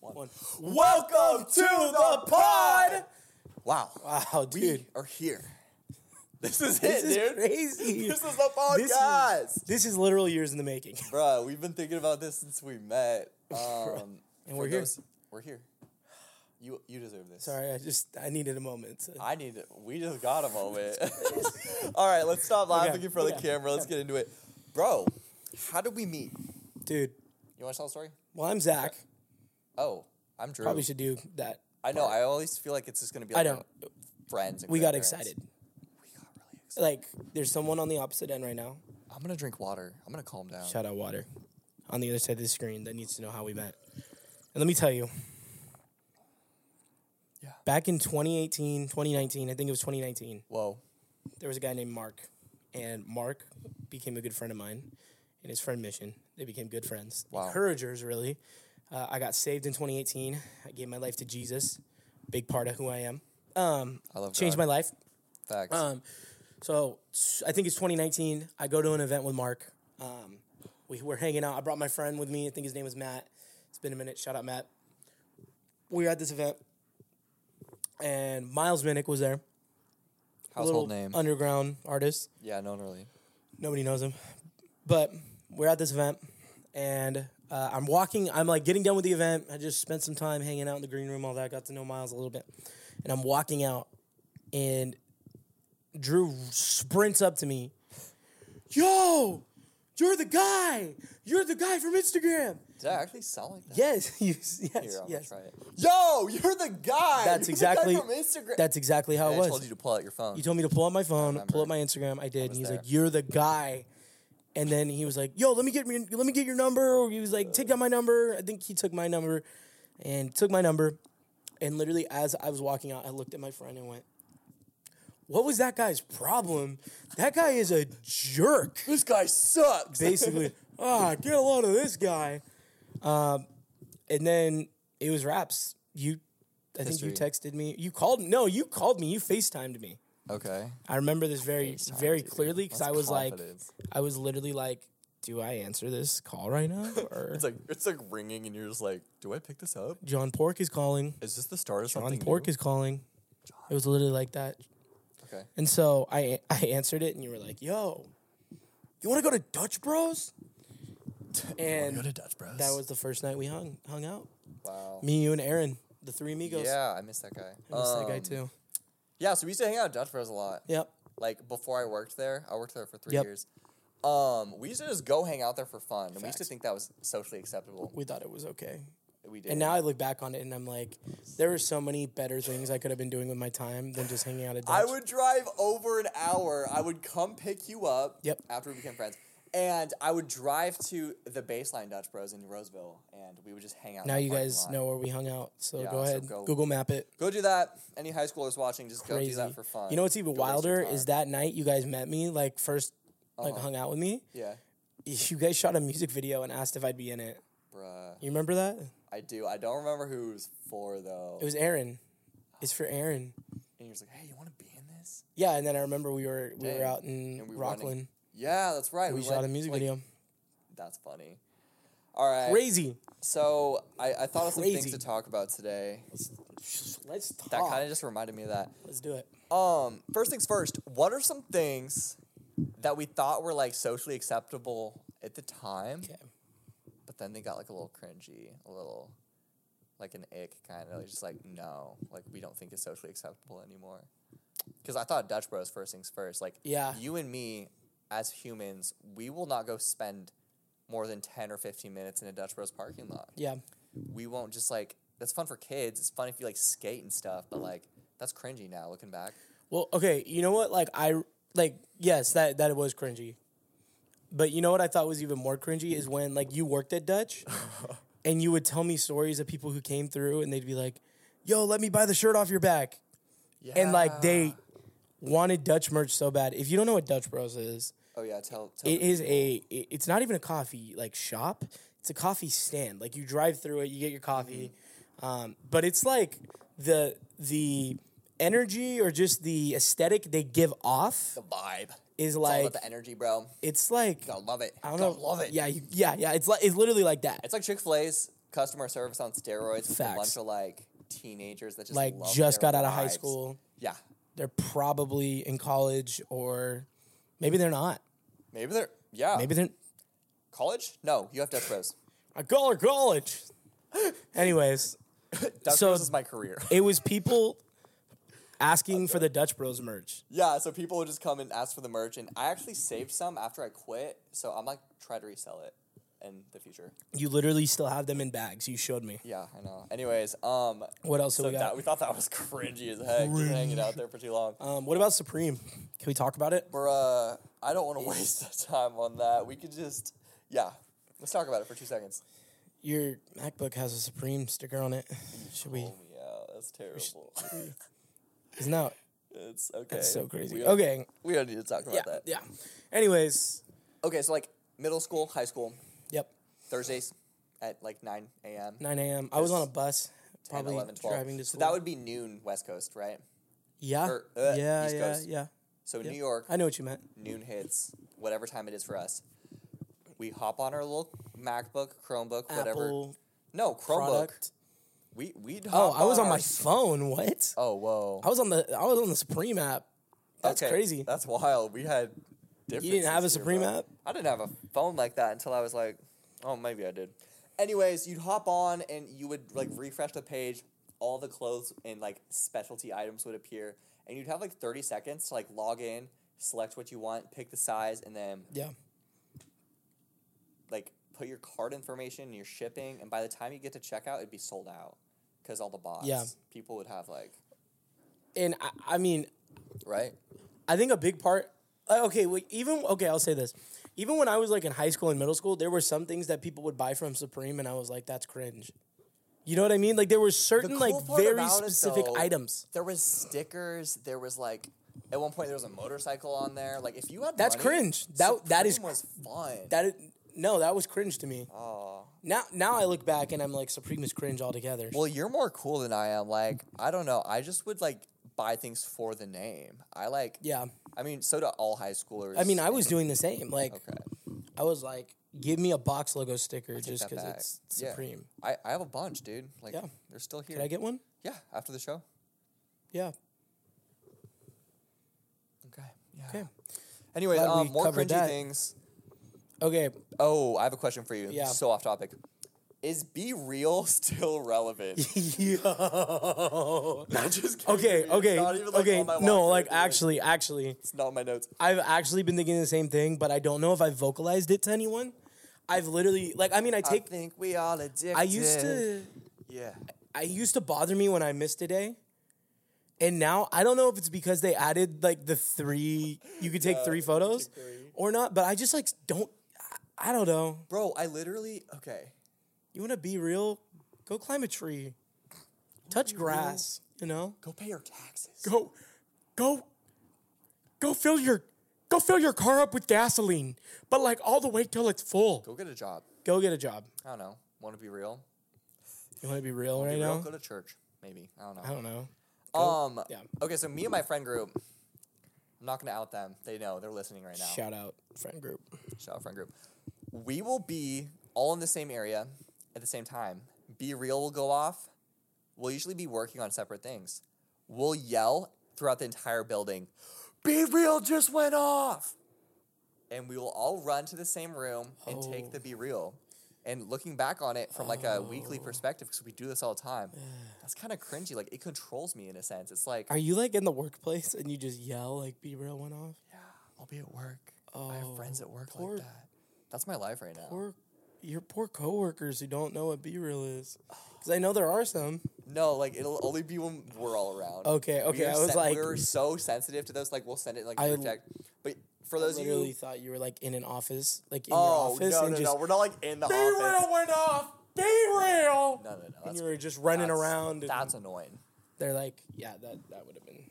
one. Welcome to the pod. Wow. Wow, dude. We are here. This is This it, is dude. crazy. This is the This is- podcast. This is literal years in the making. Bruh, we've been thinking about this since we met. Um, And for we're here. we're here. You you deserve this. Sorry, I just I needed a moment. to- I need it. We just got a moment. All right, let's stop laughing Okay, in front of the okay, camera. Let's get into it. Bro, how did we meet? Dude. You want to tell the story? Well, I'm Zach. Oh, I'm Drew. Probably should do that. I know. I always feel like it's just going to be like I don't. friends. And We got grandparents. excited. We got really excited. Like, there's someone on the opposite end right now. I'm going to drink water. I'm going to calm down. Shout out water. On the other side of the screen that needs to know how we met. And let me tell you. Yeah. Back in 2018, 2019, I think it was 2019. Whoa. there was a guy named Mark, and Mark became a good friend of mine in his friend mission. They became good friends, Wow. encouragers, really. Uh, I got saved in 2018. I gave my life to Jesus, big part of who I am. Um, I love changed my God. life. Facts. Um, so s- I think it's 2019. I go to an event with Mark. Um, we were hanging out. I brought my friend with me. I think his name was Matt. It's been a minute. Shout out Matt. We were at this event, and Miles Minnick was there. a little Household name. underground artist. yeah, no, no, really. Nobody knows him. But we're at this event, and uh, I'm walking. I'm like getting done with the event. I just spent some time hanging out in the green room, all that. Got to know Miles a little bit, and I'm walking out, and Drew sprints up to me. Yo, you're the guy. You're the guy from Instagram. Did I actually sound like that? Yes, you, yes, Here, I'm yes. gonna try it. Yo, you're the guy. That's You're the guy exactly- from Instagram. That's exactly how I it was. told you to pull out your phone. He told me to pull up my phone, remember. pull up my Instagram. I did. and was he's like, there. "You're the guy." And then he was like, "Yo, let me get me, let me get your number." Or he was like, "Take down my number." I think he took my number, and took my number, and literally as I was walking out, I looked at my friend and went, "What was that guy's problem? That guy is a jerk." this guy sucks. Basically, ah, get a load of this guy. Um, and then it was raps. You, I think you History. texted me. You called. No, you called me. You FaceTimed me. okay. I remember this very, FaceTimed very you. clearly because That's I was confidence. like, I was literally like, do I answer this call right now? Or It's like it's like ringing, and you're just like, do I pick this up? John Pork is calling. Is this the start of John something? Pork new? is calling. It was literally like that. okay. And so I, I answered it, and you were like, yo, you want to go to Dutch Bros? And Go to Dutch Bros. that was the first night we hung hung out. wow. Me, you, and Aaron, the three amigos. Yeah, I miss that guy. I miss that guy Um, too. Yeah, so we used to hang out at Dutch Bros a lot. Yep. Like before I worked there, I worked there for three Yep. years. Um, we used to just go hang out there for fun, and we used to Facts. think that was socially acceptable. We thought it was okay. We did. And now I look back on it and I'm like, there were so many better things I could have been doing with my time than just hanging out at Dutch. I would drive over an hour. I would come pick you up. Yep. After we became friends, and I would drive to the Baseline Dutch Bros in Roseville, and we would just hang out. in Now that you parking guys lot. know where we hung out, so Yeah, go so ahead, go- Google Map it. Go do that. Any high schoolers watching, just go do Crazy. that for fun. You know what's even Don't waste your wilder is time. that night you guys met me, like 1st like Uh-huh. hung out with me. Yeah, You guys shot a music video and asked if I'd be in it. bruh. You remember that? I do. I don't remember who it was for though. It was Aaron. It's for Aaron. and you're just like, hey, you want to be in this? Yeah, and then I remember we were we Dang. were out in And we were running. Rockland. Yeah, that's right. We, went- shot a music like, video. That's funny. All right. Crazy. So I, I thought of some things Crazy. to talk about today. Let's talk. That kind of just reminded me of that. Let's do it. Um, first things first, what are some things that we thought were like socially acceptable at the time, Okay. but then they got like a little cringy, a little like an ick kind of just like no, like we don't think it's socially acceptable anymore. Because I thought Dutch Bros first things first, like Yeah. you and me as humans, we will not go spend more than ten or fifteen minutes in a Dutch Bros parking lot Yeah. we won't just like that's fun for kids. It's fun if you like skate and stuff, but like that's cringy now looking back. Well, okay, you know what? Like I like yes, that that was cringy. But you know what I thought was even more cringy is when like you worked at Dutch and you would tell me stories of people who came through and they'd be like, "Yo, let me buy the shirt off your back." Yeah. And like Ah. they wanted Dutch merch so bad. If you don't know what Dutch Bros is, Oh yeah, tell tell it me. is a it- it's not even a coffee like shop. It's a coffee stand. Like you drive through it, you get your coffee. Mm-hmm. Um, but it's like the the energy or just the aesthetic they give off the vibe. is It's all like about the energy, bro. it's like Gotta love it. I don't Gotta know. love it. Yeah, you, yeah, yeah. It's like it's literally like that. It's like Chick Fil A's, customer service on steroids with a Facts. bunch of like teenagers that just like love just their got out of high lives. school. Yeah, They're probably in college or maybe they're not. maybe they're yeah Maybe they're college. No, you have Dutch Bros. I call her college. Anyways, Dutch So- Bros is my career. it was people asking for the Dutch Bros merch. yeah, so people would just come and ask for the merch, and I actually saved some after I quit, so I'm like try to resell it in the future. You literally still have them in bags. You showed me. Yeah, I know. Anyways, um, What else so have we that, got? we thought that was cringy as heck, just hanging out there for too long. Um, what about Supreme? Can we talk about it? Bruh, uh, I don't want to waste the time on that. We could just, yeah, let's talk about it for two seconds. Your MacBook has a Supreme sticker on it. Should we? Pull me out. That's terrible. Isn't that it's okay. that's so crazy? We don't, okay. we don't need to talk about Yeah. that. Yeah. Anyways. Okay, so like middle school, high school, Yep. Thursdays at like 9 a.m. 9 a.m. I was on a bus, 10, probably 11, 12. driving to so school. that would be noon West Coast, right? yeah, or, uh, yeah, East yeah, Coast. yeah. So New York, I know what you meant. noon hits, whatever time it is for us. We hop on our little MacBook, Chromebook, whatever. Apple No, Chromebook. product. We we. Oh, I was on my phone. What? Oh whoa. I was on the I was on the Supreme app. That's Okay, crazy. That's wild. We had. You didn't have a differences here, Supreme bro. app? I didn't have a phone like that until I was like, oh, maybe I did. Anyways, you'd hop on and you would like refresh the page. All the clothes and like specialty items would appear, and you'd have like thirty seconds to like log in, select what you want, pick the size, and then Yeah. like put your card information, and your shipping, and by the time you get to checkout, it'd be sold out because all the bots, Yeah. people would have like And I, I mean, right. I think a big part. uh, Okay, well, even okay, I'll say this. Even when I was like in high school and middle school, there were some things that people would buy from Supreme, and I was like, "That's cringe." You know what I mean? Like there were certain cool like part very about it, specific though, items. There was stickers. There was like, at one point there was a motorcycle on there. Like if you had That's money, cringe. That- that is Supreme was fun. That is, no, that was cringe to me. oh. Now now I look back and I'm like, Supreme is cringe altogether. Well, you're more cool than I am. Like I don't know. I just would like buy things for the name. I like. yeah, I mean, so do all high schoolers. I mean, I was doing the same. Like Okay. I was like, give me a box logo sticker just that because back. it's Yeah. Supreme. I, I have a bunch, dude. Like Yeah. they're still here. Can I get one? yeah, after the show. Yeah. Okay. Yeah. Okay. Anyways, Glad we um, more covered cringy that. things. Okay. Oh, I have a question for you. Yeah. So off topic. Is be real still relevant? Yo. I just kidding. Okay, It's okay, not even, like, okay. on my No, locker, like dude. actually, actually, it's not on my notes. I've actually been thinking the same thing, but I don't know if I vocalized it to anyone. I've literally, like, I mean, I take, I think we all addicted. I used to, Yeah. I used to bother me when I missed a day, and now I don't know if it's because they added like the three, you could take three photos, or not. But I just like don't, I, I don't know. Bro, I literally okay. You want to be real? Go climb a tree, touch grass. You know, Go pay your taxes. go, go, go fill your, go fill your car up with gasoline, but like all the way till it's full. Go get a job. Go get a job. I don't know. Want to be real? You want to be real right Be real? now? Go to church. Maybe. I don't know. I don't know. um. yeah. Okay, so me and my friend group. I'm not gonna out them. They know. They're listening right now. Shout out friend group. Shout out friend group. We will be all in the same area at the same time. Be real will go off. We'll usually be working on separate things. We'll yell throughout the entire building. Be real just went off. And we will all run to the same room and Oh. take the be real. And looking back on it from like a weekly Oh. perspective, because we do this all the time, that's kind of cringy. Like it controls me in a sense. It's like Are you like in the workplace and you just yell like be real went off? yeah, I'll be at work. I have friends at work Oh, poor- like that. That's my life right now. Or your poor coworkers who don't know what be real is. Because I know there are some. No, like it'll only be when we're all around. Okay, We okay, are I was sen- like- we're so sensitive to those. Like, we'll send it like I l- protect. But for I those of literally you, thought you were like in an office, like in oh your office, no, and no, just no, we're not like in the be office. real went off. Be real. No, no, no. and That's, you were just running that's- around. And That's annoying. they're like, yeah, that that would have been.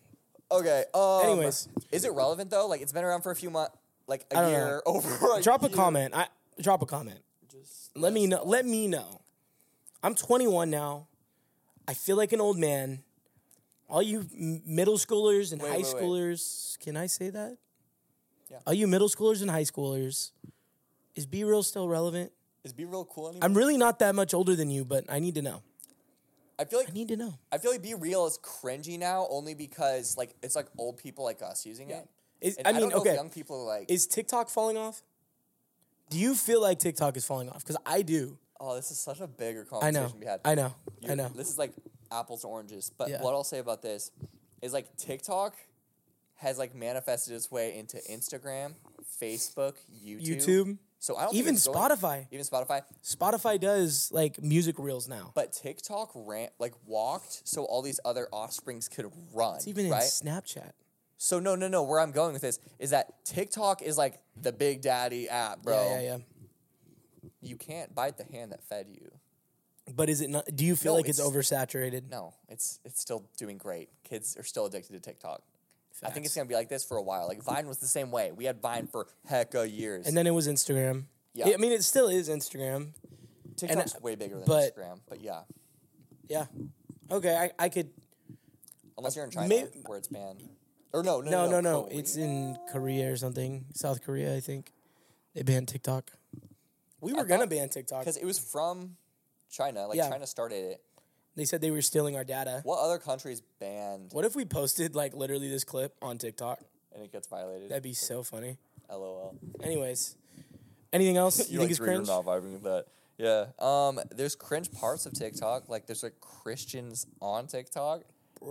Okay. Um, Anyways. is it relevant though? Like, it's been around for a few months, like I a don't know. year over. A Drop a year. comment. I drop a comment. Just Let me know. Let me know. I'm 21 now. I feel like an old man. All you m- middle schoolers and high wait, wait. schoolers, can I say that? Yeah. All you middle schoolers and high schoolers, is B Real still relevant? Is Be Real cool anymore? I'm really not that much older than you, but I need to know. I feel like I need to know. I feel like Be Real is cringy now only because like it's like old people like us using it. Is, And I I don't mean, know if okay, young people are like, is TikTok falling off? Do you feel like TikTok is falling off? Because I do. oh, this is such a bigger I know. conversation we had. I know. I You're- know. This is like apples and oranges. But Yeah. what I'll say about this is like TikTok has like manifested its way into Instagram, Facebook, YouTube. YouTube, So I don't think even it's going- Spotify. even Spotify. Spotify does like music reels now. But TikTok ran like walked so all these other offsprings could run. It's even right? in Snapchat. So no, no, no. Where I'm going with this is that TikTok is like the big daddy app, bro. Yeah, yeah, yeah. You can't bite the hand that fed you. But is it not? Do you feel No, like it's, it's- oversaturated? No, it's it's still doing great. Kids are still addicted to TikTok. I think Facts. it's gonna be like this for a while. Like Vine was the same way. We had Vine for hecka years. And then it was Instagram. Yeah. I mean, it still is Instagram. TikTok's way bigger than but- Instagram. But yeah, Yeah. Okay, I, I could. unless you're in China may- where it's banned. Or no, no, No, no, no. Korea. It's in Korea or something. South Korea, I think. They banned TikTok. We were gonna thought- ban TikTok. because it was from China. Like Yeah. China started it. They said they were stealing our data. What other countries banned What if we posted like literally this clip on TikTok? and it gets violated? That'd be so funny. LOL. Anyways, anything else you, think is three, you're cringe? not vibing with that. Yeah. Um. There's cringe parts of TikTok. Like there's like Christians on TikTok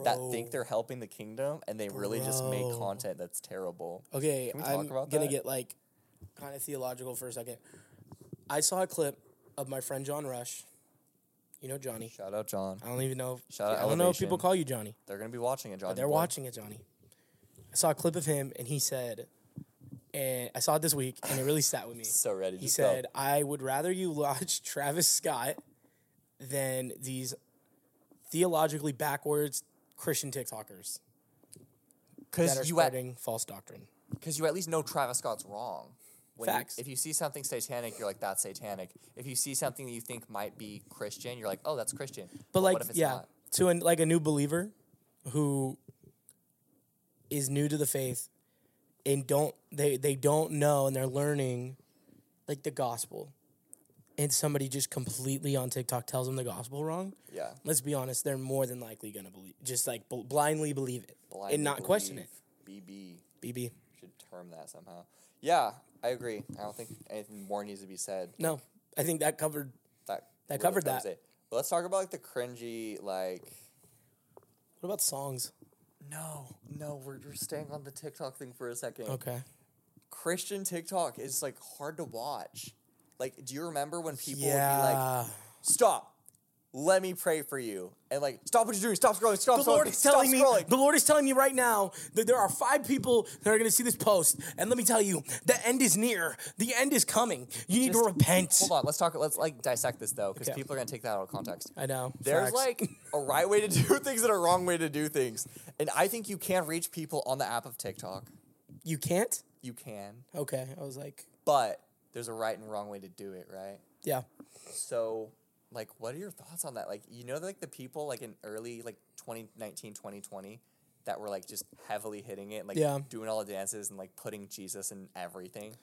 that think Bro. they're helping the kingdom and they really just make Bro. content that's terrible. Okay, we talk I'm about gonna that? get like kind of theological for a second. I saw a clip of my friend John Rush. You know Johnny. Shout out John. I don't even know. If, Shout out I don't know if people Elevation. call you Johnny. They're gonna be watching it, John. They're boy. watching it, Johnny. I saw a clip of him, and he said, and I saw it this week, and it really sat with me. So ready. He to said, I would rather you watch Travis Scott than these theologically backwards Christian TikTokers that are because you at spreading false doctrine. because you at least know Travis Scott's wrong. When you- Facts. if you see something satanic, you're like that's satanic. If you see something that you think might be Christian, you're like oh that's Christian. But what like, if it's yeah, not? to an, like a new believer who is new to the faith and don't they they don't know and they're learning like the gospel, and somebody just completely on TikTok tells them the gospel wrong. Yeah. Let's be honest, they're more than likely gonna believe, just like bl- blindly believe it Blindly and not question it. believe. BB. BB, should term that somehow. Yeah, I agree. I don't think anything more needs to be said. no, I think that covered. That That really covered covers that. it. But let's talk about like the cringy, like What about songs? no, no, we're, we're staying on the TikTok thing for a second. Okay, Christian TikTok is like hard to watch. Like, do you remember when people would be like, yeah, "Stop, let me pray for you," and like, "Stop what you're doing, stop scrolling, stop the scrolling, Lord is stop telling me. scrolling." The Lord is telling me right now that there are five people that are going to see this post, and let me tell you, the end is near. The end is coming. You need to Just- repent. Hold on, let's talk. Let's like dissect this though, because Okay. people are gonna take that out of context. I know. There's Facts. like a right way to do things and a wrong way to do things. And I think you can reach people on the app of TikTok. you can't. You can. Okay, I was like, But there's a right and wrong way to do it, right? yeah, So, like what are your thoughts on that? Like you know like the people like in early like 2019, 2020 that were like just heavily hitting it, like Yeah. doing all the dances and like putting Jesus in everything.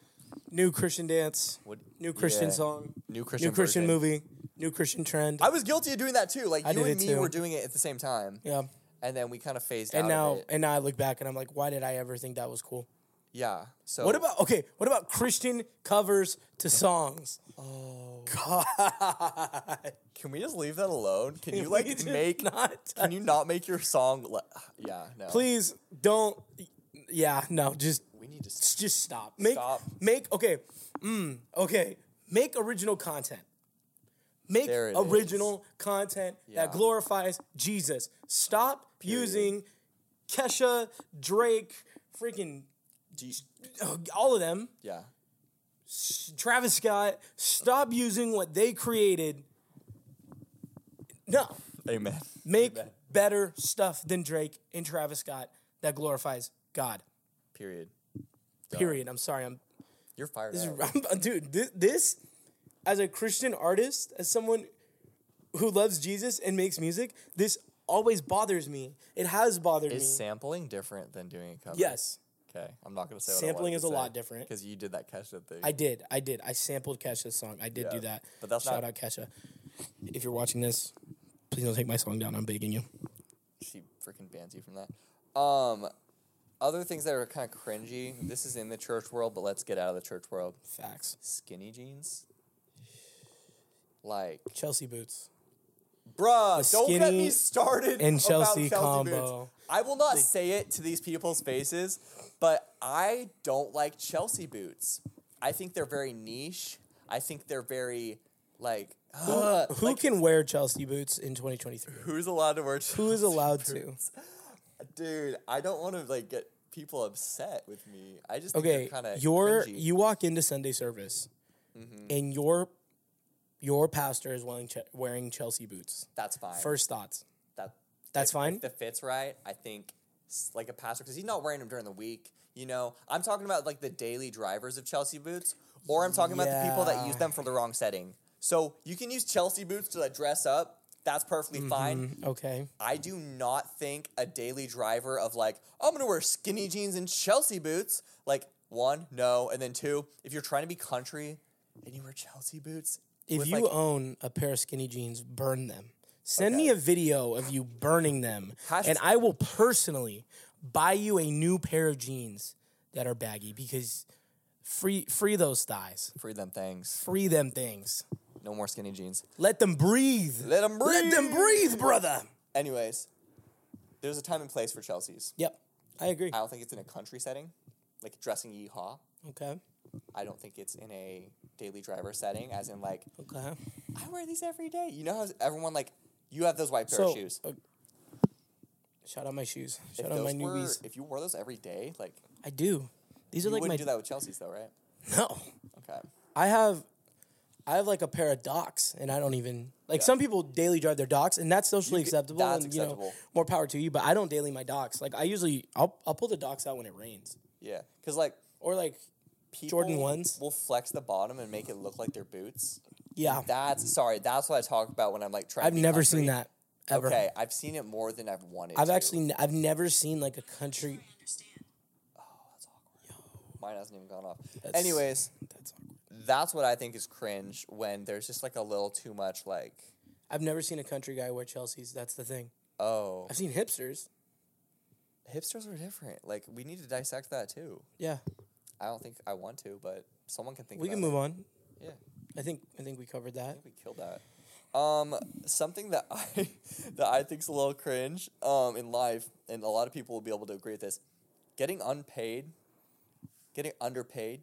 new Christian dance, Would- new Christian yeah. song, New Christian new Christian version. movie, new Christian trend. I was guilty of doing that too. Like you did and it me too. were doing it at the same time. yeah, And then we kind of phased and out of now it. and now I look back and I'm like, why did I ever think that was cool? Yeah. So What about okay? What about Christian covers to songs? Oh God! Can we just leave that alone? Can you like We did make not. Can you not make your song? Le- yeah, no. Please don't. Yeah, no, just we need to. s- just stop. Make Stop. make okay. Mm, okay, make original content. Make There it original content Yeah. that glorifies Jesus. Stop using Kesha, Drake, freaking do you- all of them. yeah, Travis Scott, stop using what they created. No, amen. make better stuff than Drake and Travis Scott that glorifies God. Period. Period. I'm sorry. I'm, You're fired. up. I'm dude. This, this, as a Christian artist, as someone who loves Jesus and makes music, this always bothers me. It has bothered Is me. sampling different than doing a cover? Yes, Okay, I'm not gonna say. Sampling is a lot different. because you did that Kesha thing. I did. I did. I sampled Kesha's song. I did Yeah, do that. but that's Shout not- out Kesha. If you're watching this, please don't take my song down. I'm begging you. she freaking bans you from that. Um, other things that are kind of cringy. This is in the church world, but let's get out of the church world. Facts. Skinny jeans. Like, Chelsea boots. bruh, don't get skinny me started. and about Chelsea Chelsea combo. Boots. I will not say it to these people's faces, but I don't like Chelsea boots. I think they're very niche. I think they're very like. ugh, Who Uh, like, can wear Chelsea boots in 2023? who's allowed to wear? Who is allowed to? Dude, I don't want to like get people upset with me. I just Okay, think kind of your you walk into Sunday service, Mm-hmm. and your your pastor is wearing che- wearing Chelsea boots. that's fine. First thoughts. that That's if- fine. If the fit's right, I think s- like a pastor because he's not wearing them during the week. You know, I'm talking about like the daily drivers of Chelsea boots, or I'm talking about the people that use Yeah. them for the wrong setting. So you can use Chelsea boots to like dress up. That's perfectly Mm-hmm. fine. Okay. I do not think a daily driver of like, I'm gonna wear skinny jeans and Chelsea boots. Like, one, no. And then two, if you're trying to be country and you wear Chelsea boots, If with, you like, own a pair of skinny jeans, burn them. Send me a video of you burning them, Hasht- and I will personally buy you a new pair of jeans that are baggy because free free those thighs, free them things. free them things, No more skinny jeans. let them breathe, Let them breathe. let them breathe, brother. Anyways, there's a time and place for Chelsea's. Yep, I agree. I don't think it's in a country setting, like dressing yeehaw. Okay, I don't think it's in a daily driver setting, as in like okay. I wear these every day. You know how everyone like you have those white pair So, of shoes. uh, shout out my shoes. If Shout out my those were- newbies. if you wore those every day, like I do. These are you like wouldn't my do that with Chelsea's though, right? no. Okay. I have I have like a pair of docs and I don't even like some people daily drive their docs and that's socially could- acceptable that's and you know acceptable. more power to you but I don't daily my docs like I usually I'll, I'll pull the docs out when it rains Yeah, because like or like people Jordan ones? will flex the bottom and make it look like their boots. yeah That's sorry. That's what I talk about when I'm like trying. Oh. I've to be never seen country. that ever Okay, I've seen it more than I've wanted. I've to. actually n- I've never seen like a country mine hasn't even gone off. Anyways, that's that's what I think is cringe when there's just like a little too much like I've never seen a country guy wear Chelsea's that's the thing oh I've seen hipsters hipsters are different. Like we need to dissect that too. yeah I don't think I want to, but someone can think. we about can move on It. Yeah, I think I think we covered that I think we killed that. Um, something that I that I think's a little cringe. Um, in life, and a lot of people will be able to agree with this: getting unpaid, getting underpaid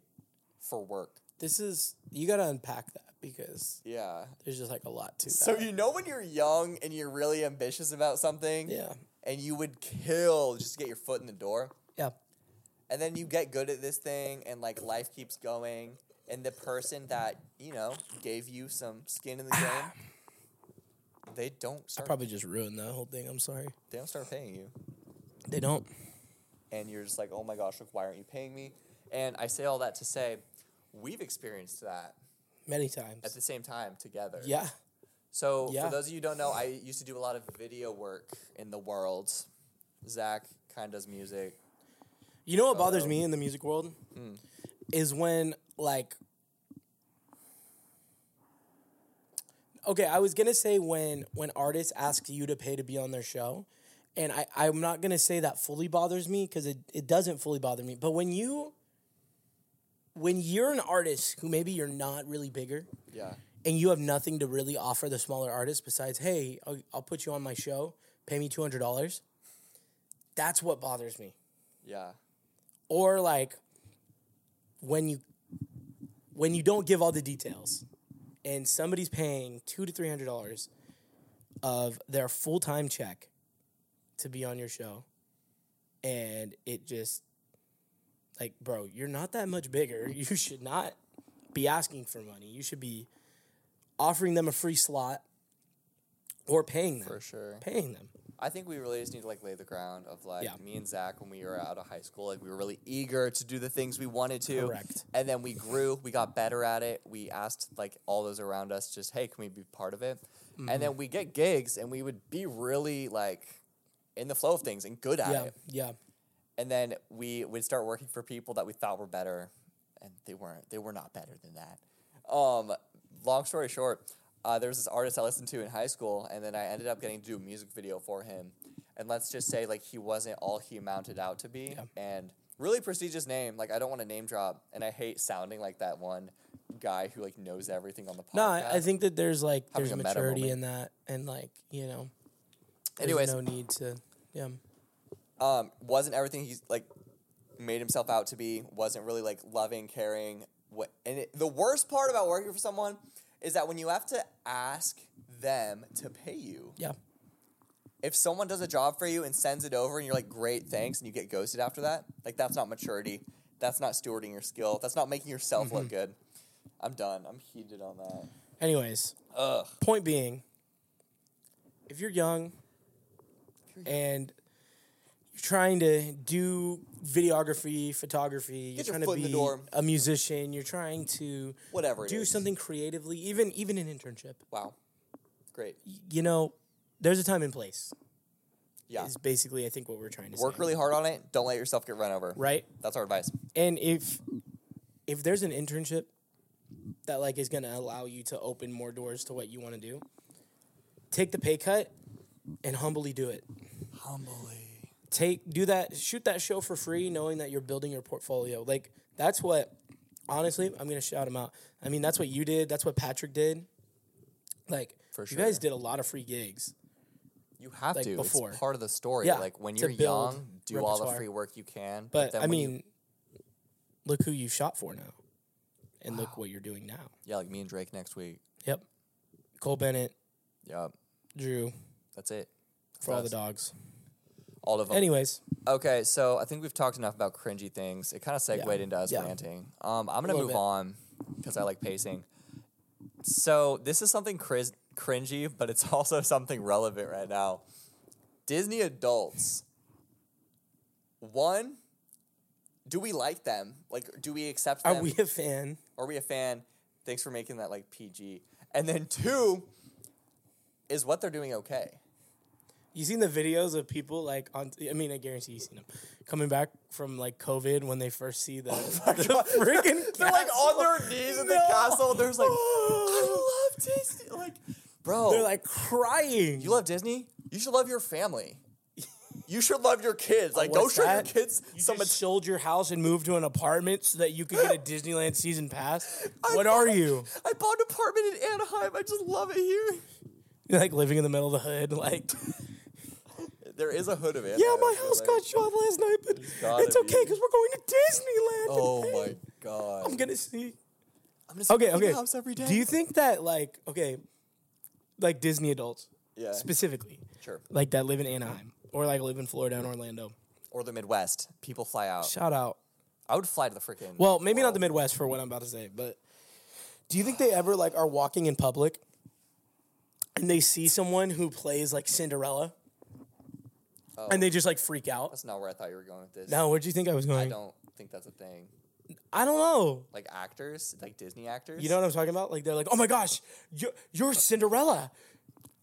for work. this is you gotta unpack that because Yeah. there's just like a lot to that So you know when you're young and you're really ambitious about something. yeah and you would kill just to get your foot in the door. yeah And then you get good at this thing, and like life keeps going. And the person that you know gave you some skin in the game, they don't I start. probably just ruined that whole thing. I'm sorry. they don't start paying you, They don't. and you're just like, oh my gosh, like why aren't you paying me? And I say all that to say, we've experienced that Many at times. the same time together. Yeah. So Yeah. for those of you who don't know, I used to do a lot of video work in the world. Zach kind of does music. You know what bothers Uh-oh. me in the music world is when like Okay, I was gonna say when when artists ask you to pay to be on their show, and I, I'm not gonna say that fully bothers me because it, it doesn't fully bother me. But when you when you're an artist who maybe you're not really bigger, Yeah. and you have nothing to really offer the smaller artists besides, hey, I'll, I'll put you on my show, pay me $200, that's what bothers me. Yeah. Or like when you when you don't give all the details and somebody's paying two to three hundred dollars of their full time check to be on your show and it just like bro you're not that much bigger you should not be asking for money you should be offering them a free slot or paying them For sure. paying them I think we really just need to like lay the ground of like Yeah. me and Zach when we were out of high school, like we were really eager to do the things we wanted to. Correct. And then we grew, we got better at it. We asked like all those around us just, hey, can we be part of it? Mm-hmm. And then we get gigs and we would be really like in the flow of things and good at yeah it. yeah and then we would start working for people that we thought were better, and they weren't. They were not better than that. Um, long story short, uh, there was this artist I listened to in high school, and then I ended up getting to do a music video for him. And let's just say, like, he wasn't all he mounted out to be, and really prestigious name. Like, I don't want to name drop, and I hate sounding like that one guy who like knows everything on the podcast. No, I, I think that there's like Having there's a meta maturity moment. in that, and like you know, there's Anyways. no need to. Yeah, um, wasn't everything he's like made himself out to be. Wasn't really like loving, caring. What and it, the worst part about working for someone is that when you have to ask them to pay you, yeah, if someone does a job for you and sends it over, and you're like, "Great, thanks," and you get ghosted after that, like that's not maturity. That's not stewarding your skill. That's not making yourself Mm-hmm. look good. I'm done. I'm heated on that. Anyways, Ugh. point being, if you're young and you're trying to do videography, photography, Get your you're trying foot to in the be door. a musician, you're trying to Whatever. it do is. something creatively, even even an internship. Wow. Great. y- You know, there's a time and place. Yeah. Is basically I think what we're trying to Work say. really hard on it. Don't let yourself get run over. right? That's our advice. And if if there's an internship that like is going to allow you to open more doors to what you want to do, take the pay cut and humbly do it. Humbly. take do that shoot that show for free knowing that you're building your portfolio like that's what honestly i'm gonna shout him out i mean that's what you did that's what patrick did like For you guys sure. did a lot of free gigs You have like, to. before. It's part of the story. Yeah, Like when to you're build young, do all the repertoire. free work you can. but, i when mean you, look who you shot for now and look what you're doing now yeah, like me and Drake next week. yep cole bennett Yep, drew that's it. for all the That's dogs All of them. anyways okay, so I think we've talked enough about cringy things. It kind of segued Yeah, into us yeah. ranting. Um, I'm gonna little move bit. on because I like pacing. So this is something cris- cringy, but it's also something relevant right now. Disney adults. One, do we like them? Like, do we accept them? are we a fan Are we a fan? Thanks for making that like PG. And then two, is what they're doing okay? You seen the videos of people like on? I mean, I guarantee you seen them coming back from like COVID when they first see the, the freaking. They're like on their knees in the No. castle. There's like, I love Disney. Like, bro, They're like crying. you love Disney. You should love your family. you should love your kids. Like, go Oh, what's show your that? kids You some. just att- sold your house and moved to an apartment so that you could get a Disneyland season pass. What are you? I bought an apartment in Anaheim. I just love it here. You're like living in the middle of the hood. Like, There is a hood of Anaheim. yeah, my I feel house like. got shot last night, but gotta it's okay be. because we're going to Disneyland. Oh and my god. I'm gonna see. I'm gonna see Okay, Mickey okay. Mouse every day. Do you think that like okay, like Disney adults Yeah. specifically? Sure. like that live in Anaheim or like live in Florida and Orlando. Or the Midwest. People fly out. Shout out. I would fly to the freaking. Well, maybe not the Midwest for what I'm about to say, but do you think they ever like are walking in public and they see someone who plays like Cinderella and they just like freak out? Oh. That's not where I thought you were going with this. Now, where'd you think I was I going? don't think that's a thing. I don't know. Like actors, like Disney actors. You know what I'm talking about? Like they're like, oh my gosh, you're, you're Cinderella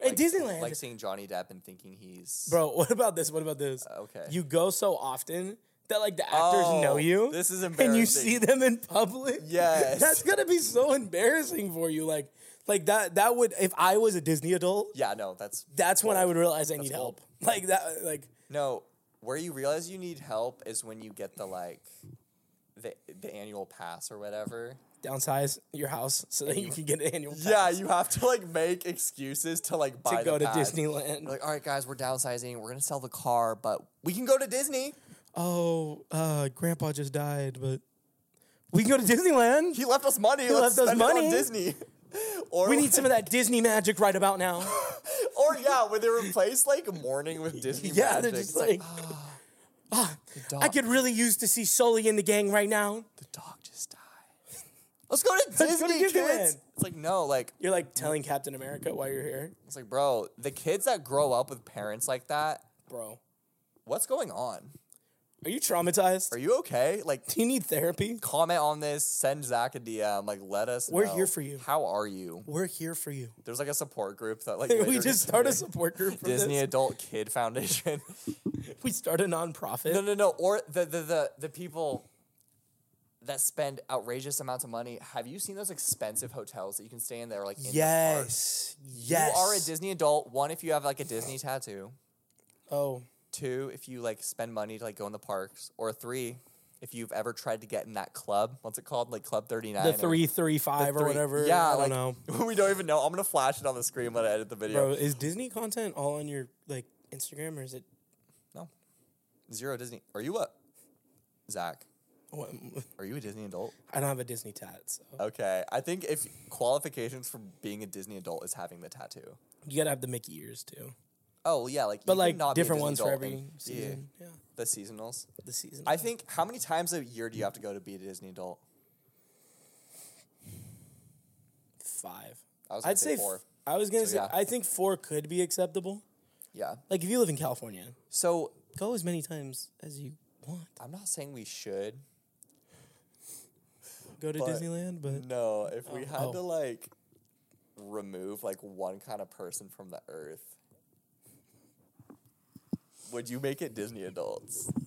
at Disneyland. like seeing Johnny Depp and thinking he's Bro, what about this? What about this? Uh, okay. You go so often that like the actors know Oh, you. this is And you embarrassing. see them in public. Yes. That's gonna be so embarrassing for you. Like like that that would if I was a Disney adult, Yeah, no, that's that's when I would realize I need bold. help. Like that like no. Where you realize you need help is when you get the like the the annual pass or whatever. downsize your house so that you can get an annual pass Yeah, you have to like make excuses to like buy to go to the pass. Disneyland. You're like, all right, guys, we're downsizing. We're gonna sell the car, but we can go to Disney. oh, uh grandpa just died, but we can go to Disneyland. He left us money. He left us money. Disney. Or We need some of that Disney magic right about now. Or yeah, when they replace like morning with Disney Yeah, magic, they're just it's like, "Oh, like, the, dog, I could really use to see Sully in the gang right now. the dog just died. Let's go to Disney, Let's go to kids. Disneyland. It's like no, like You're like telling Captain America why you're here, it's like bro, the kids that grow up with parents like that, bro. what's going on? Are you traumatized? Are you okay? Like Do you need therapy? comment on this, send Zach a DM, like let us. We're know. here for you. How are you? We're here for you. There's like a support group that like we later just gets start a named support group for Disney this. Adult Kid Foundation. we start a nonprofit. No, no, no. Or the the the, the people that spend outrageous amounts of money. Have you seen those expensive hotels that you can stay in that are like in the park? yes, yes. You are a Disney adult. One, if you have like a Disney tattoo. oh, Two, if you like spend money to like go in the parks. Or three, if you've ever tried to get in that club. What's it called? Like Club Thirty Nine. the three three five or whatever. Yeah, I don't like, know. We don't even know. I'm gonna flash it on the screen when I edit the video. Bro, is Disney content all on your like Instagram or is it? Zero Disney. Are you a Zach? what- Are you a Disney adult? I don't have a Disney tat, so Okay, I think if qualifications for being a Disney adult is having the tattoo. you gotta have the Mickey ears too. Oh well, yeah, like you But could like not be a different Disney ones for adult every and- yeah, season. Yeah. the seasonals. the season. I think how many times a year do you have to go to be a Disney adult? five. I was gonna I'd say f- four. I was gonna So, say yeah. I think four could be acceptable. yeah. Like if you live in California, So go as many times as you want. I'm not saying we should. Go to But- Disneyland, but No, if we had Oh. to like remove like one kind of person from the earth, would you make it Disney adults?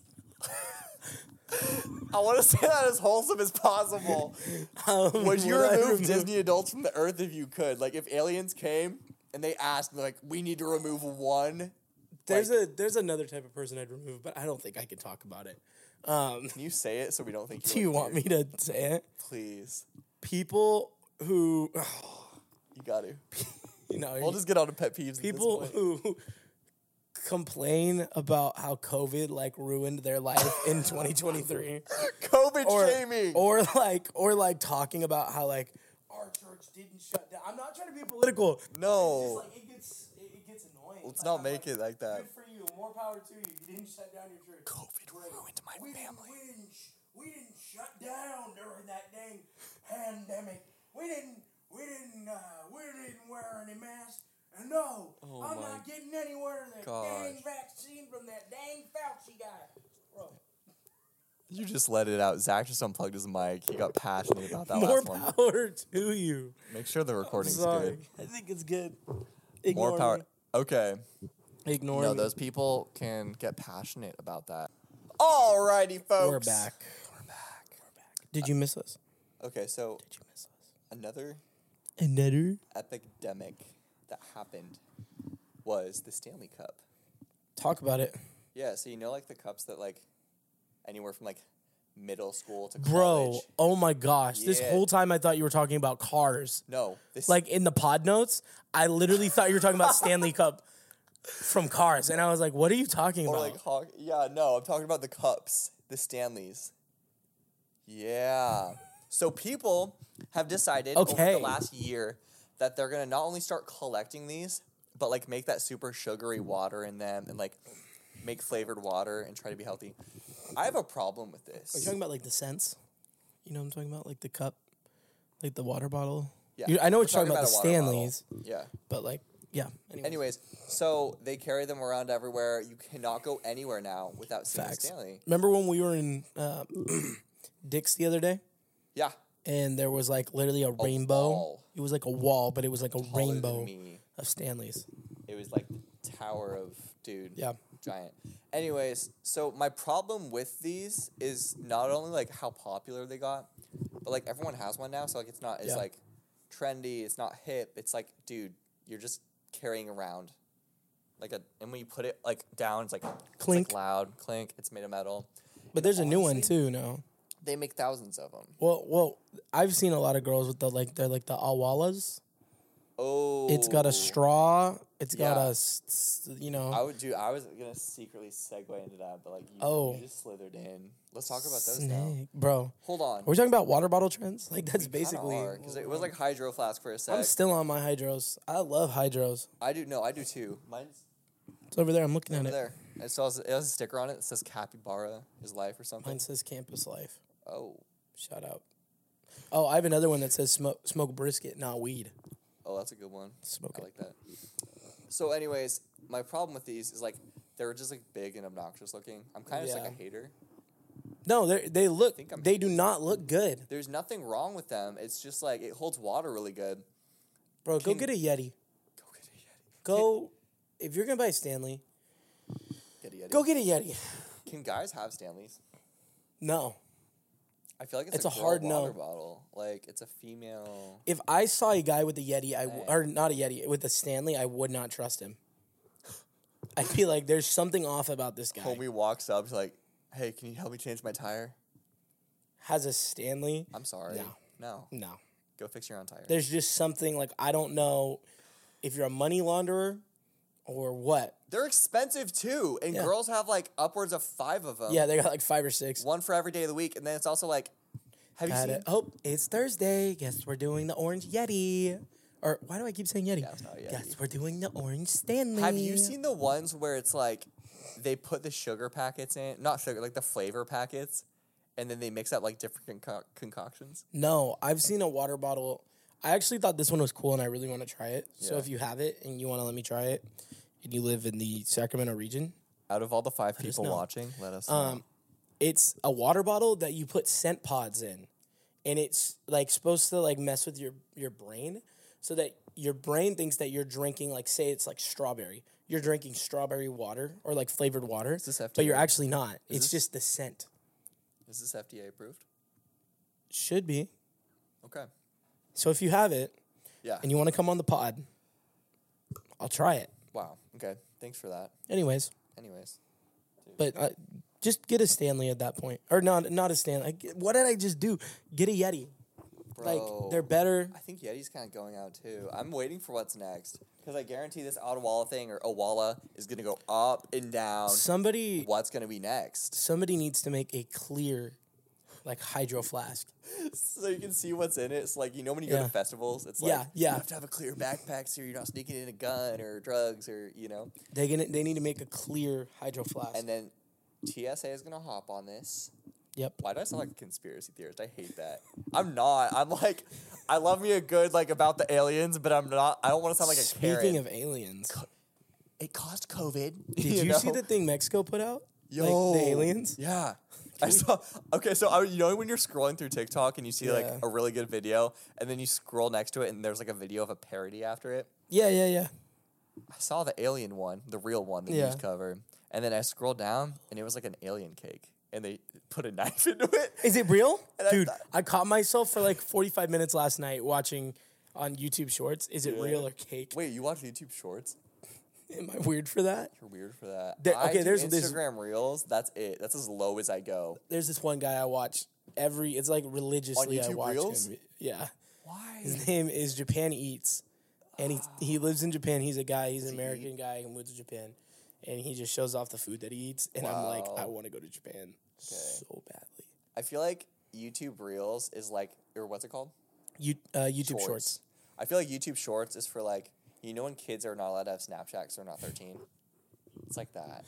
I want to say that as wholesome as possible. um, Would you I remove Disney adults from the earth if you could? Like, if aliens came and they asked, like, we need to remove one. There's a there's another type of person I'd remove, but I don't think I can talk about it. Um, Can you say it so we don't think? do you want me to say it? Please, People who you got to. you know We'll just get on to pet peeves. at this people point. who complain about how COVID like ruined their life in 2023. COVID or, shaming. or like or like talking about how like our church didn't shut down. I'm not trying to be political. no, It's like it gets it, it gets annoying. let's not make it like that. Good for you. More power to you. You didn't shut down your church. COVID ruined my We didn't, we didn't sh- we didn't shut down during that dang pandemic. We didn't we didn't uh, we didn't wear any masks. And no, I'm Oh my not getting anywhere near that dang gosh. vaccine from that dang Fauci guy. Bro. You just let it out. Zach just unplugged his mic. He got passionate about that More last one. power to you. Make sure the recording's Sorry. good. I think it's good. More power. Okay. Ignore No, those people can get passionate about that. Alrighty, folks. We're back. We're back. We're back. Did you miss us? Okay, so Did you miss us? another Another? epidemic that happened was the Stanley Cup. Talk about it. Yeah, so you know, like the cups that like anywhere from like middle school to Bro, college. oh my gosh. This Yeah. whole time I thought you were talking about cars. No, this Like in the pod notes, I literally thought you were talking about Stanley Cup from cars. And I was like, what are you talking or about? like hog. Yeah, no, I'm talking about the cups, the Stanleys. Yeah. So people have decided over Okay. the last year that they're gonna not only start collecting these, but like make that super sugary water in them and like make flavored water and try to be healthy. I have a problem with are Oh, you this. talking about like the scents? You know what I'm talking about? Like the cup, like the water bottle. Yeah, You- I know we're what you're talking about, the a water bottle. Stanleys, Yeah. but like, yeah. Anyway, Anyways, so they carry them around everywhere. You cannot go anywhere now without seeing a facts. Stanley. Remember when we were in uh, Dick's the other day? Yeah. and there was like literally a, rainbow. wall. It was like a wall, but it was like a taller than rainbow me. of Stanley's. It was like the tower of dude. Yeah. Giant. Anyways, so my problem with these is not only like how popular they got, but like everyone has one now. So like it's not it's Yeah. like trendy, it's not hip. It's like, dude, you're just carrying around like a and when you put it like down, it's like it's, like, Clink. loud, clink, it's made of metal. But there's a new one honestly- too now. They make thousands of them. Well, well, I've seen a lot of girls with the like they're like the awalas. Oh It's got a straw. It's got Yeah. a s- s- you I know would do. I was gonna secretly segue into that, but like you, Oh. you just slithered in. Let's talk about those now. snake, bro. Hold on. We're talking about water bottle trends. Like that's basically. because it was like hydro flask for a sec. I'm still on my hydros. I love hydros. I do no, I do too. Mine's It's over there. I'm looking over at it. there. It still has, it has a sticker on it that says Capybara is life or something. Mine says campus life. oh, Shout out. Oh, I have another one that says smoke smoke brisket, not weed. oh, that's a good one. Smoke I it. like that. So, anyways, my problem with these is like they're just like big and obnoxious looking. I'm kind of just like a Yeah. hater. No, they they look. think I'm They do not look good, There's nothing wrong with them. It's just like it holds water really good. bro. Can- go get a Yeti. Go get a Yeti. Go if you're gonna buy a Stanley. get a Yeti. Go get a Yeti. Can guys have Stanleys? No. I feel like it's, It's a, a hard girl water no. bottle. Like it's a female. If I saw a guy with a Yeti, I w- or not a Yeti with a Stanley, I would not trust him. I feel like there's something off about this guy. Homie walks up, he's like, "Hey, can you help me change my tire?" Has a Stanley? I'm sorry. No. No. No. Go fix your own tire. There's just something like I don't know if you're a money launderer or what. They're expensive too, and Yeah. girls have like upwards of five of them. Yeah, they got like five or six. One for every day of the week, and then it's also like, have you Had seen? it. Oh, it's Thursday. Guess we're doing the orange Yeti. Or why do I keep saying Yeti? it's not a Yeti. Guess we're doing the orange Stanley. Have you seen the ones where it's like they put the sugar packets in, not sugar, like the flavor packets, and then they mix up like different conco- concoctions? No, I've seen a water bottle. I actually thought this one was cool and I really want to try it. So Yeah. if you have it and you want to let me try it and you live in the Sacramento region, Out of all the five people know. watching, let us know. um, it's a water bottle that you put scent pods in. And it's like supposed to like mess with your your brain so that your brain thinks that you're drinking like say it's like strawberry. You're drinking strawberry water or like flavored water, this but you're FDA? actually not. it's this- just the scent. Is this FDA approved? Should be. Okay. So if you have it Yeah. and you want to come on the pod, I'll try it. wow. Okay. Thanks for that. Anyways, Anyways, but uh, just get a Stanley at that point, or not not a Stanley. Like, What did I just do? Get a Yeti. Bro. Like they're better. I think Yeti's kind of going out too. I'm waiting for what's next because I guarantee this Ottawa thing or Owala is gonna go up and down. Somebody What's gonna be next? somebody needs to make a clear, like hydro flask. so you can see what's in it. It's like you know when you go Yeah. to festivals, it's Yeah, like yeah. you have to have a clear backpack so you're not sneaking in a gun or drugs or you know. They gonna they need to make a clear hydro flask. And then TSA is gonna hop on this. yep. Why do I sound like a conspiracy theorist? I hate that. I'm not. I'm like, I love me a good like about the aliens, but I'm not. I don't want to sound like a Speaking Karen. of aliens, it caused COVID. did you, see know? the thing Mexico put out? Yo. Like the aliens. Yeah. I saw. Okay, so I, you know when you're scrolling through TikTok and you see like Yeah. a really good video, and then you scroll next to it and there's like a video of a parody after it. Yeah, yeah, yeah. I saw the alien one, the real one, the Yeah. news cover, and then I scrolled down and it was like an alien cake, and they put a knife into it. Is it real, I dude? thought- I caught myself for like forty five minutes last night watching on YouTube Shorts. Is it real or cake? Wait, you watch YouTube Shorts? Am I weird for that? You're weird for that. There- I okay, do there's- Instagram there's- Reels. That's it. That's as low as I go. there's this one guy I watch every. It's like religiously I YouTube watch Reels? him. Yeah, Ah. Why? his name is Japan Eats, and he he lives in Japan. He's a guy. He's an American guy who moved to Japan, and he just shows off the food that he eats. And I'm like, I want to go to Japan so badly. I feel like YouTube Reels is like, or what's it called? You uh, YouTube Shorts. I feel like YouTube Shorts is for like, you know, when kids are not allowed to have Snapchat, so they're not 13. It's like that.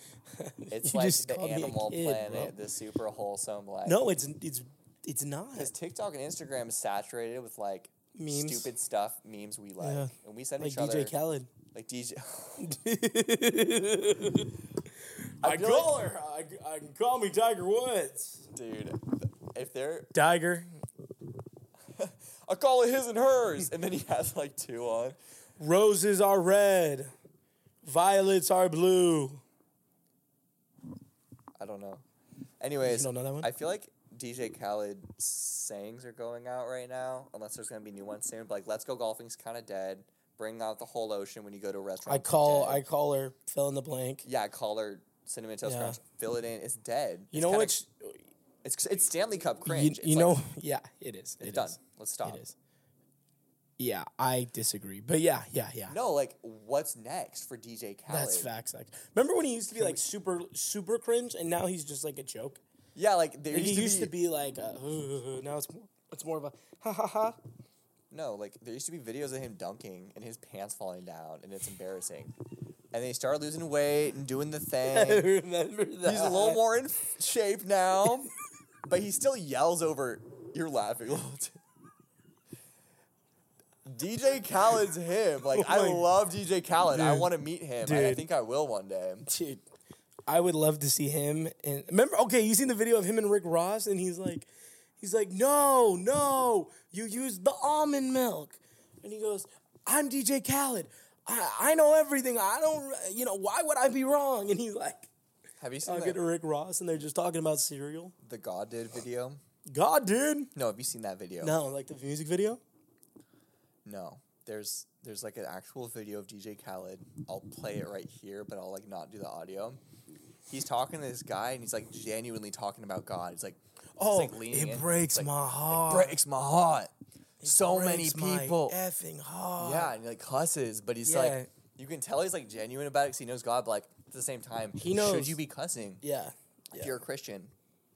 It's You like just the called me a Animal kid, Planet, the super wholesome, like No, it's it's it's not. because TikTok and Instagram is saturated with like Memes. stupid stuff, memes we like, Yeah. and we send Like each other DJ Khaled. like DJ. I feel like- call her. I, I can call me Tiger Woods. Dude, if they're Tiger. I call it his and hers, and then he has like two on. Roses are red. Violets are blue. I don't know. Anyways, don't know that one? I feel like DJ Khaled sayings are going out right now, unless there's gonna be new ones soon. But like, let's go golfing's kind of dead. Bring out the whole ocean when you go to a restaurant. I it's call dead. I call her fill in the blank. yeah, I call her cinnamon toast Yeah. crunch. Fill it in. It's dead. You It's know kinda- what? It's it's Stanley Cup You, cringe. you It's like, know, yeah, it is. It it's is. done. Let's stop. It is. Yeah, I disagree, but yeah, yeah, yeah. No, like what's next for DJ Khaled? That's facts. Like, remember when he used to be like super, super cringe, and now he's just like a joke. Yeah, like there Like, used, he to, used be, to be like, a, now it's more, it's more of a ha ha ha. no, like there used to be videos of him dunking and his pants falling down, and it's embarrassing. And then he started losing weight and doing the thing. Remember that? He's a little more in shape now, but he still yells over. You're laughing. Littleton." DJ Khaled's him. Like I Oh my- love DJ Khaled. I Dude. want to meet him. and I Dude. think I will one day. Dude, I would love to see him. And remember, okay, you seen the video of him and Rick Ross, and he's like, he's like, no, no, you used the almond milk, and he goes, I'm DJ Khaled. I, I know everything. I don't, you know, why would I be wrong? And he's like, Have you seen Talking to the, Rick Ross, and they're just talking about cereal. the God Did video? God, dude. No, have you seen that video? No, like the music video. No. There's there's like an actual video of DJ Khaled. I'll play it right here, but I'll like not do the audio. He's talking to this guy and he's like genuinely talking about God. He's like, Oh, like leaning it in. breaks Like, my heart. breaks my heart. It so many breaks my people. effing heart. yeah, and he like cusses, but he's Yeah. like, you can tell he's like genuine about it because he knows God. But like at the same time, He knows. Should you be cussing yeah, yeah. if you're a Christian?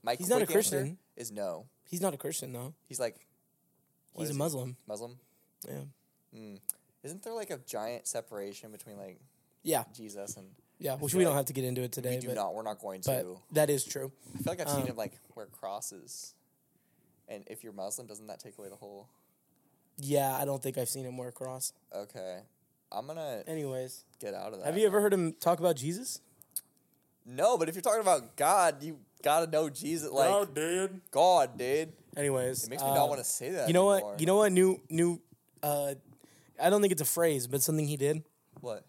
My He's quick not a answer Christian. is no. He's not a Christian though. He's like, what He's a is he? Muslim. Muslim. Yeah. Isn't there like a giant separation between like Yeah. Jesus and Yeah. Which feel we don't like have to get into it today. we do but, not? We're not going to. but that is true. I feel like I've seen um, him like wear crosses, and if you're Muslim, doesn't that take away the whole? Yeah, I don't think I've seen him wear a cross. Okay, I'm gonna Anyways, get out of that. have you ever heard him talk about Jesus? No, but if you're talking about God, you gotta know Jesus. Like dude. God, dude. Anyways, It makes me not um, want to say that. You know anymore. what? You know what? New new. Uh, I don't think it's a phrase, but something he did. what?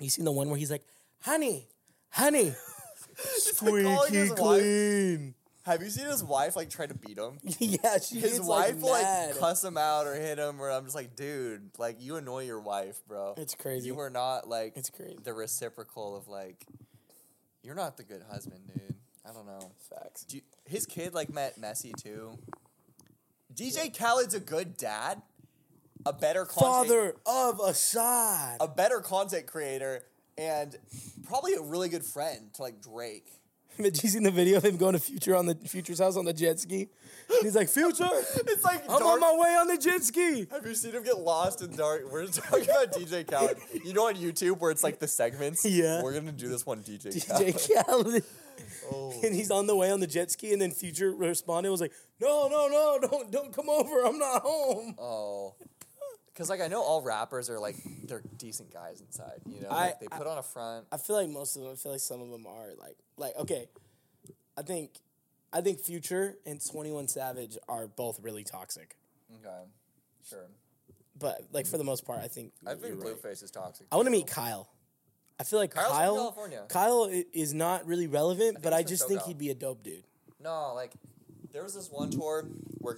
You seen the one where he's like, "Honey, honey, like calling squeaky his wife. clean." Have you seen his wife like try to beat him? yeah, she His gets, wife will like mad. cuss him out or hit him, or I'm just like, dude, like you annoy your wife, bro. It's crazy. You are not like It's crazy. the reciprocal of like, you're not the good husband, dude. I don't know. Facts. Do you- his kid like met Messi too. DJ Khaled's a good dad, a better content, Father of Assad. a better content creator, and probably a really good friend to like Drake. Did you seen the video of him going to Future on the Future's house on the jet ski? And he's like, "Future, It's like I'm on dark my way on the jet ski." Have you seen him get lost in dark? We're talking about DJ Khaled. You know on YouTube where it's like the segments. Yeah. We're gonna do this one, DJ. Khaled. DJ Khaled. Oh. And he's on the way on the jet ski, and then Future responded was like, "No, no, no, don't, don't come over. I'm not home." Oh. Because like I know all rappers are like they're decent guys inside. You know, I- like, they put on a front. I feel like most of them. I feel like some of them are like, like okay, I think, I think Future and Twenty One Savage are both really toxic, Okay. Sure. but like for the most part, I think I think you're right. Blueface is toxic. I want to meet Kyle. I feel like Kyle's from Kyle, California. Kyle i- is not really relevant, but he's I from just think SoCal. he'd be a dope dude. No, like there was this one tour where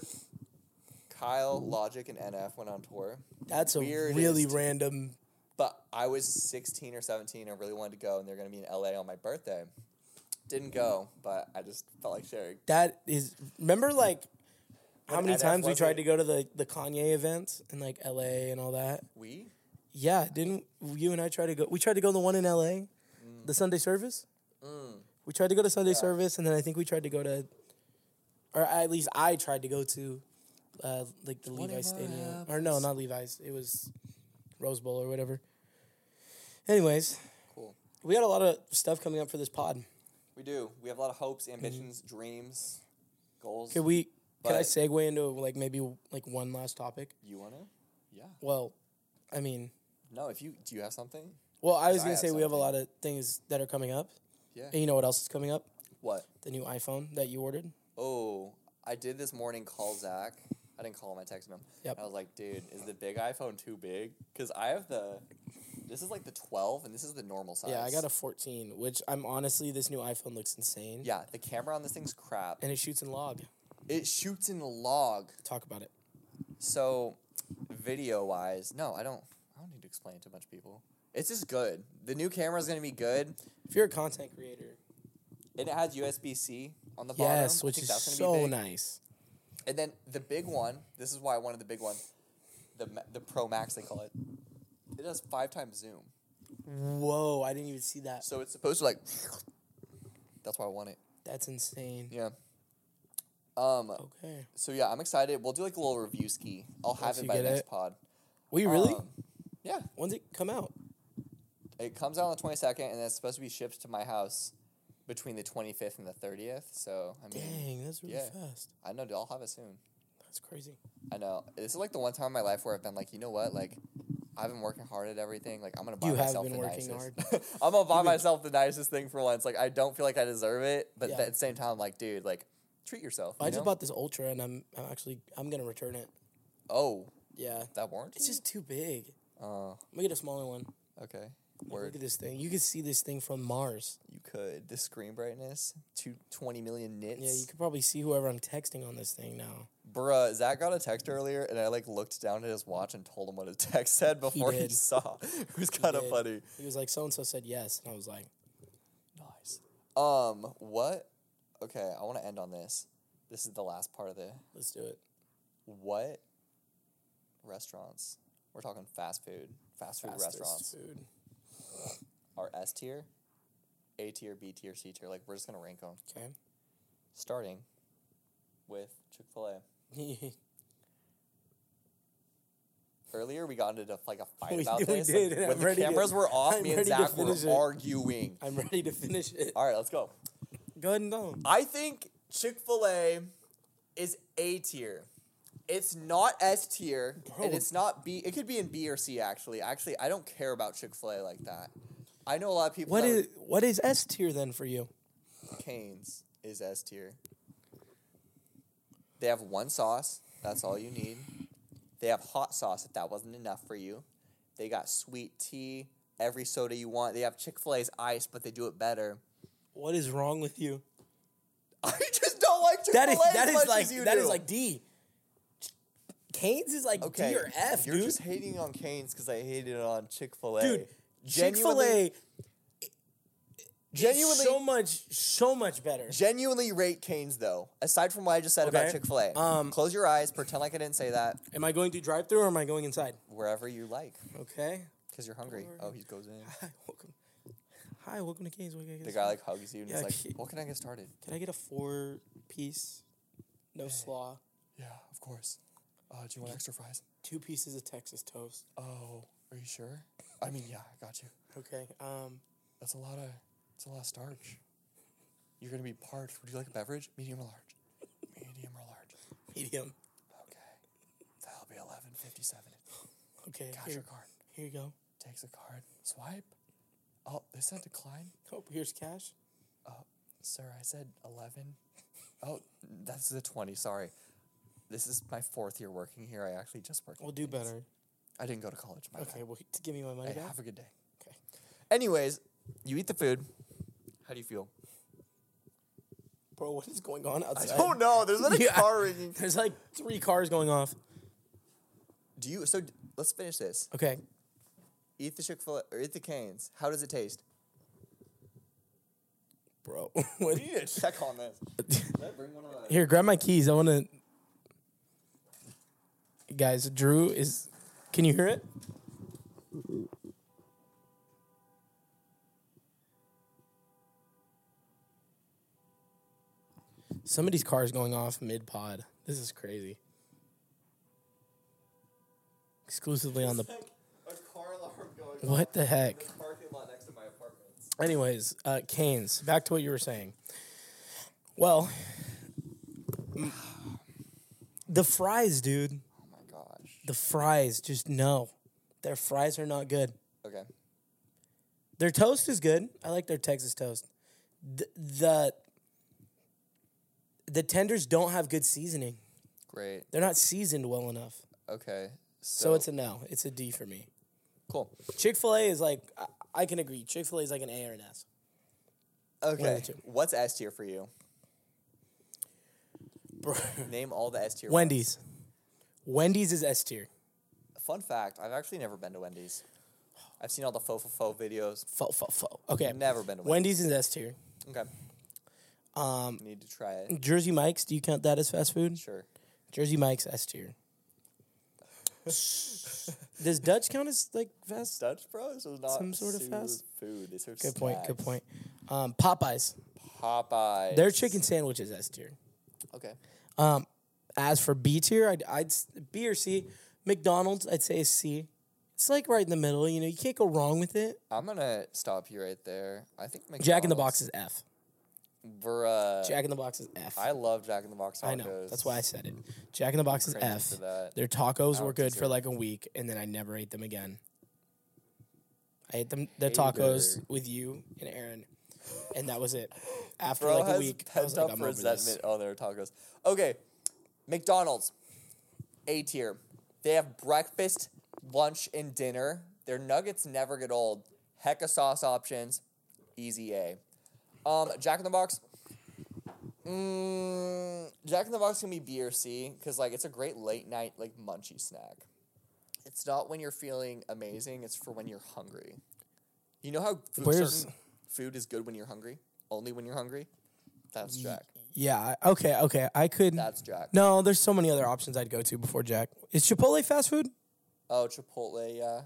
Kyle, Logic, and NF went on tour. That's a Weirdest. really random. But I was 16 or 17. I really wanted to go, and they're going to be in LA on my birthday. Didn't go, but I just felt like sharing. That is. Remember, like. How When many NF times we was tried it? to go to the, the Kanye events in like LA and all that? We? Yeah, didn't you and I try to go? We tried to go to the one in LA, Mm. the Sunday service. We tried to go to Sunday service, and then I think we tried to go to, or at least I tried to go to, uh, like the Levi's Whatever Stadium, or no, not Levi's. It was Rose Bowl or whatever. Anyways, Cool. we got a lot of stuff coming up for this pod. We do. We have a lot of hopes, ambitions, dreams, goals. Could we? Can I But- segue into like maybe like one last topic? you want to? Yeah. Well, I mean, No, if you do you have something? well, I was I gonna have say we have a something. lot of things that are coming up, Yeah. and you know what else is coming up? What? The new iPhone that you ordered. Oh, I did this morning call Zach. I didn't call him, I texted him. Yep. I was like, dude, is the big iPhone too big? Because I have the, this is like the 12, and this is the normal size. Yeah, I got a 14, which I'm honestly, this new iPhone looks insane. Yeah, the camera on this thing's crap. And it shoots in log. It shoots in log. Talk about it. So, video wise, no, I don't. I don't need to explain it to a bunch of people. It's just good. The new camera is gonna be good, If you're a content creator, and it has USB C on the bottom. yes, I which think is that's gonna be so big. nice. And then the big one. This is why I wanted the big one. The Ma- the Pro Max they call it. It does five times zoom, Whoa, I didn't even see that. so it's supposed to like. That's why I want it. That's insane. Yeah. Um. Okay. So yeah, I'm excited. We'll do like a little review ski. I'll have Oh. Once it you by the get next it. pod. We really? Um, yeah. When's it come out? It comes out on the twenty second, and it's supposed to be shipped to my house between the twenty fifth and the thirtieth. So I mean, Dang, that's really yeah. fast. I know, dude, I'll have it soon. That's crazy. I know. This is like the one time in my life where I've been like, you know what, like. I've been working hard at everything. Like I'm gonna buy You have myself been the working nicest. I'm gonna buy myself the nicest thing for once. Like I don't feel like I deserve it, but Yeah. at the same time, like dude, like treat yourself. I you just know? bought this Ultra and I'm, I'm actually, I'm going to return it. Oh, Yeah. that warranty. It's just too big. Oh, I'm going to get a smaller one. okay. Word. Look at this thing. You could see this thing from Mars. You could. The screen brightness, two, 20 million nits. Yeah, you could probably see whoever I'm texting on this thing now. Bruh, Zach got a text earlier, and I like looked down at his watch and told him what his text said before he, did. saw. It was kind of did. funny. He was like, so and so said yes. And I was like, Nice. Um, what? Okay, I want to end on this. This is the last part of the let's do it. what restaurants. We're talking fast food, fast food Fastest restaurants Food. are S tier, A tier, B tier, C tier. Like we're just gonna rank them, Okay. starting with Chick Fil A. Earlier we got into a- like a fight We- about we this. did, and and when I'm the ready to- cameras were off, I'm me and ready to Zach were finish it. arguing. I'm ready to finish it. All right, let's go. Go ahead and go. I think Chick Fil A is A tier. It's not S tier, Bro. and it's not B. It could be in B or C. Actually, actually, I don't care about Chick Fil A like that. I know a lot of people. What that is what is S tier then for you? would- Canes is S tier. They have one sauce. That's all you need. They have hot sauce if that wasn't enough for you. They got sweet tea, every soda you want. They have Chick Fil A's ice, but they do it better. What is wrong with you? I just don't like Chick Fil A That is as that is much like as you that is do. like D. Canes is like Okay. D or F, You're dude. just hating on Canes because I hated on Chick Fil A. dude, Chick Fil A genuinely, so much so much better. genuinely rate Canes though. Aside from what I just said about Okay. Chick Fil A, Um, close your eyes, pretend like I didn't say that. Am I going through drive through or am I going inside? Wherever you like, Okay. because you're hungry. Oh, he goes in. Hi, welcome. Hi, welcome to Canes. What can I get The started? guy like hugs you and Yeah, he's he- like, "What can I get started?" Can I get a four piece? No slaw. Yeah, of course. Uh, do you want extra fries? Two pieces of Texas toast. Oh, are you sure? I mean, yeah, I got you. Okay. Um That's a lot of, it's a lot of starch. You're gonna be parched. Would you like a beverage, medium or large? Medium or large. medium. Okay. That'll be eleven fifty seven. Okay. Got your Here, card. here you go. Takes a card. Swipe. Oh, they said decline. Oh, here's cash. Sir, I said eleven. Oh, that's the twenty, sorry. This is my fourth year working here. I actually just worked. We'll do better. I didn't go to college. My Okay, bad. well, t- give me my money Hey, back. have a good day. Okay. Anyways, you eat the food. How do you feel? Bro, what is going on outside? know. There's Yeah. ringing. There's like three cars going off. Do you? So d- let's finish this. Okay. Eat the Chick Fil A or eat the Canes. How does it taste? Bro. what- You need to check on this. Did I bring one of those? Here, grab my keys. I want to. Guys, Drew is. Can you hear it? Somebody's car is going off mid pod. This is crazy. Exclusively on the. a car alarm going What the heck? the parking lot next to my apartment. Anyways, uh, Canes. Back to what you were saying. Well, the fries, dude. Oh my gosh. The fries, just no. Their fries are not good. Okay. Their toast is good. I like their Texas toast. The the, the tenders don't have good seasoning. Great. They're not seasoned well enough. Okay. So, it's a no. It's a D for me. cool. Chick fil A is like, I, I can agree. Chick fil A is like an A or an S. Okay. two. What's S tier for you? Bro. Name all the S tier. ones. Wendy's. Wendy's is S tier. Fun fact: I've actually never been to Wendy's. I've seen all the fo fo fo videos. Fo, fo, fo. Okay. Never been to Wendy's is S tier. Okay. Um. Need to try it. Jersey Mike's, do you count that as fast food? Sure. Jersey Mike's S tier. Does Dutch count as like fast? Dutch Bros is not Some sort of fast- food. It's her Good point. Good point. Um, Popeyes, Popeye. their chicken sandwich is S tier. Um, Okay. As for B tier, I'd, I'd s- B or C. McDonald's, I'd say is C. It's like right in the middle. You know, you can't go wrong with it. I'm gonna stop you right there. I think McDonald's, Jack in the Box is F. Bruh. Jack in the Box is F. I I love Jack in the Box tacos. know. That's why I said it. Jack in the Box is Cringing F. for that. Their tacos were would good for consider- like a week, and then I never ate them again. I ate them the Hater. tacos with you and Aaron, and that was it. After Bro like a has week, I was pent like, up I'm over this. resentment on their tacos. Okay, McDonald's, A tier. They have breakfast, lunch, and dinner. Their nuggets never get old. Heck of sauce options. Easy A. Um, Jack in the Box. Mm, Jack in the Box can be B or C because like it's a great late night like munchy snack. It's not when you're feeling amazing. It's for when you're hungry. You know how food, Where's- certain food is good when you're hungry. Only when you're hungry. That's Jack. Yeah. I- Okay. Okay. I could. That's Jack. No, there's so many other options I'd go to before Jack. Is Chipotle fast food? Oh, Chipotle. Yeah.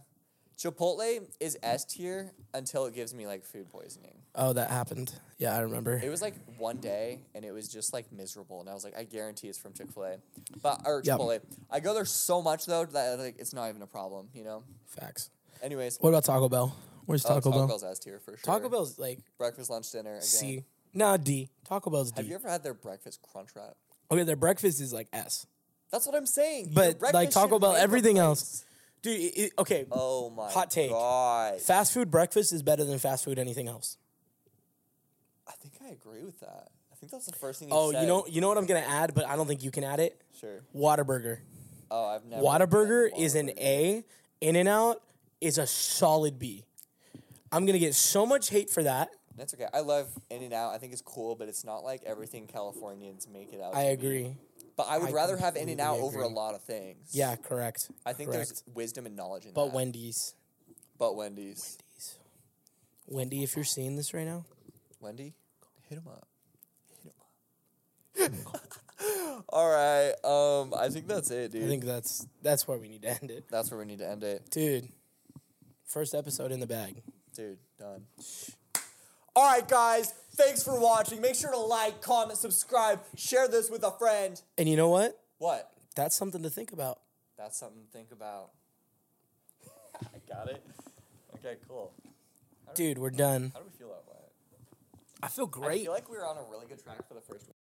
Chipotle is S tier until it gives me like food poisoning. Oh, that happened. Yeah, I remember. It was like one day, and it was just like miserable. And I was like, I guarantee it's from Chick Fil A, but or Yep. Chipotle. I go there so much though that like it's not even a problem, you know. Facts. Anyways, What about Taco Bell? Where's oh, Taco, Bell? Bell's S tier for sure. Taco Bell's like breakfast, lunch, dinner. Again. C. Nah, D. Taco Bell's Have D. you ever had their breakfast crunch wrap? okay, their breakfast is like S. That's what I'm saying. But, Your like, breakfast Taco should Bell, make the everything place. else. Dude, it, it- okay. Oh my Hot take. God. fast food breakfast is better than fast food anything else. I think I agree with that. I think that's the first thing. You Oh, said. you know, you know what I'm gonna add, but I don't think you can add it. Sure. Whataburger. Oh, I've never. Whataburger had is an Whataburger. A. In and Out is a solid B. I'm gonna get so much hate for that. That's okay. I love In and Out. I think it's cool, but it's not like everything Californians make it out. I to be. agree. But I would I rather have In and Out completely over a agree. lot of things. Yeah, correct. I think correct. there's wisdom and knowledge in but that. Wendy's. but Wendy's, Wendy, if you're seeing this right now, Wendy, hit him up, hit him up. All right, um, I think that's it, dude. I think that's that's where we need to end it, that's where we need to end it, dude. First episode in the bag. dude. Done. All right, guys. Thanks for watching. Make sure to like, comment, subscribe, share this with a friend. And you know what? What? That's something to think about. That's something to think about. I got it. Okay, cool. Dude, we're done. How do we feel about it? I feel I great. feel like we were on a really good track for the first one.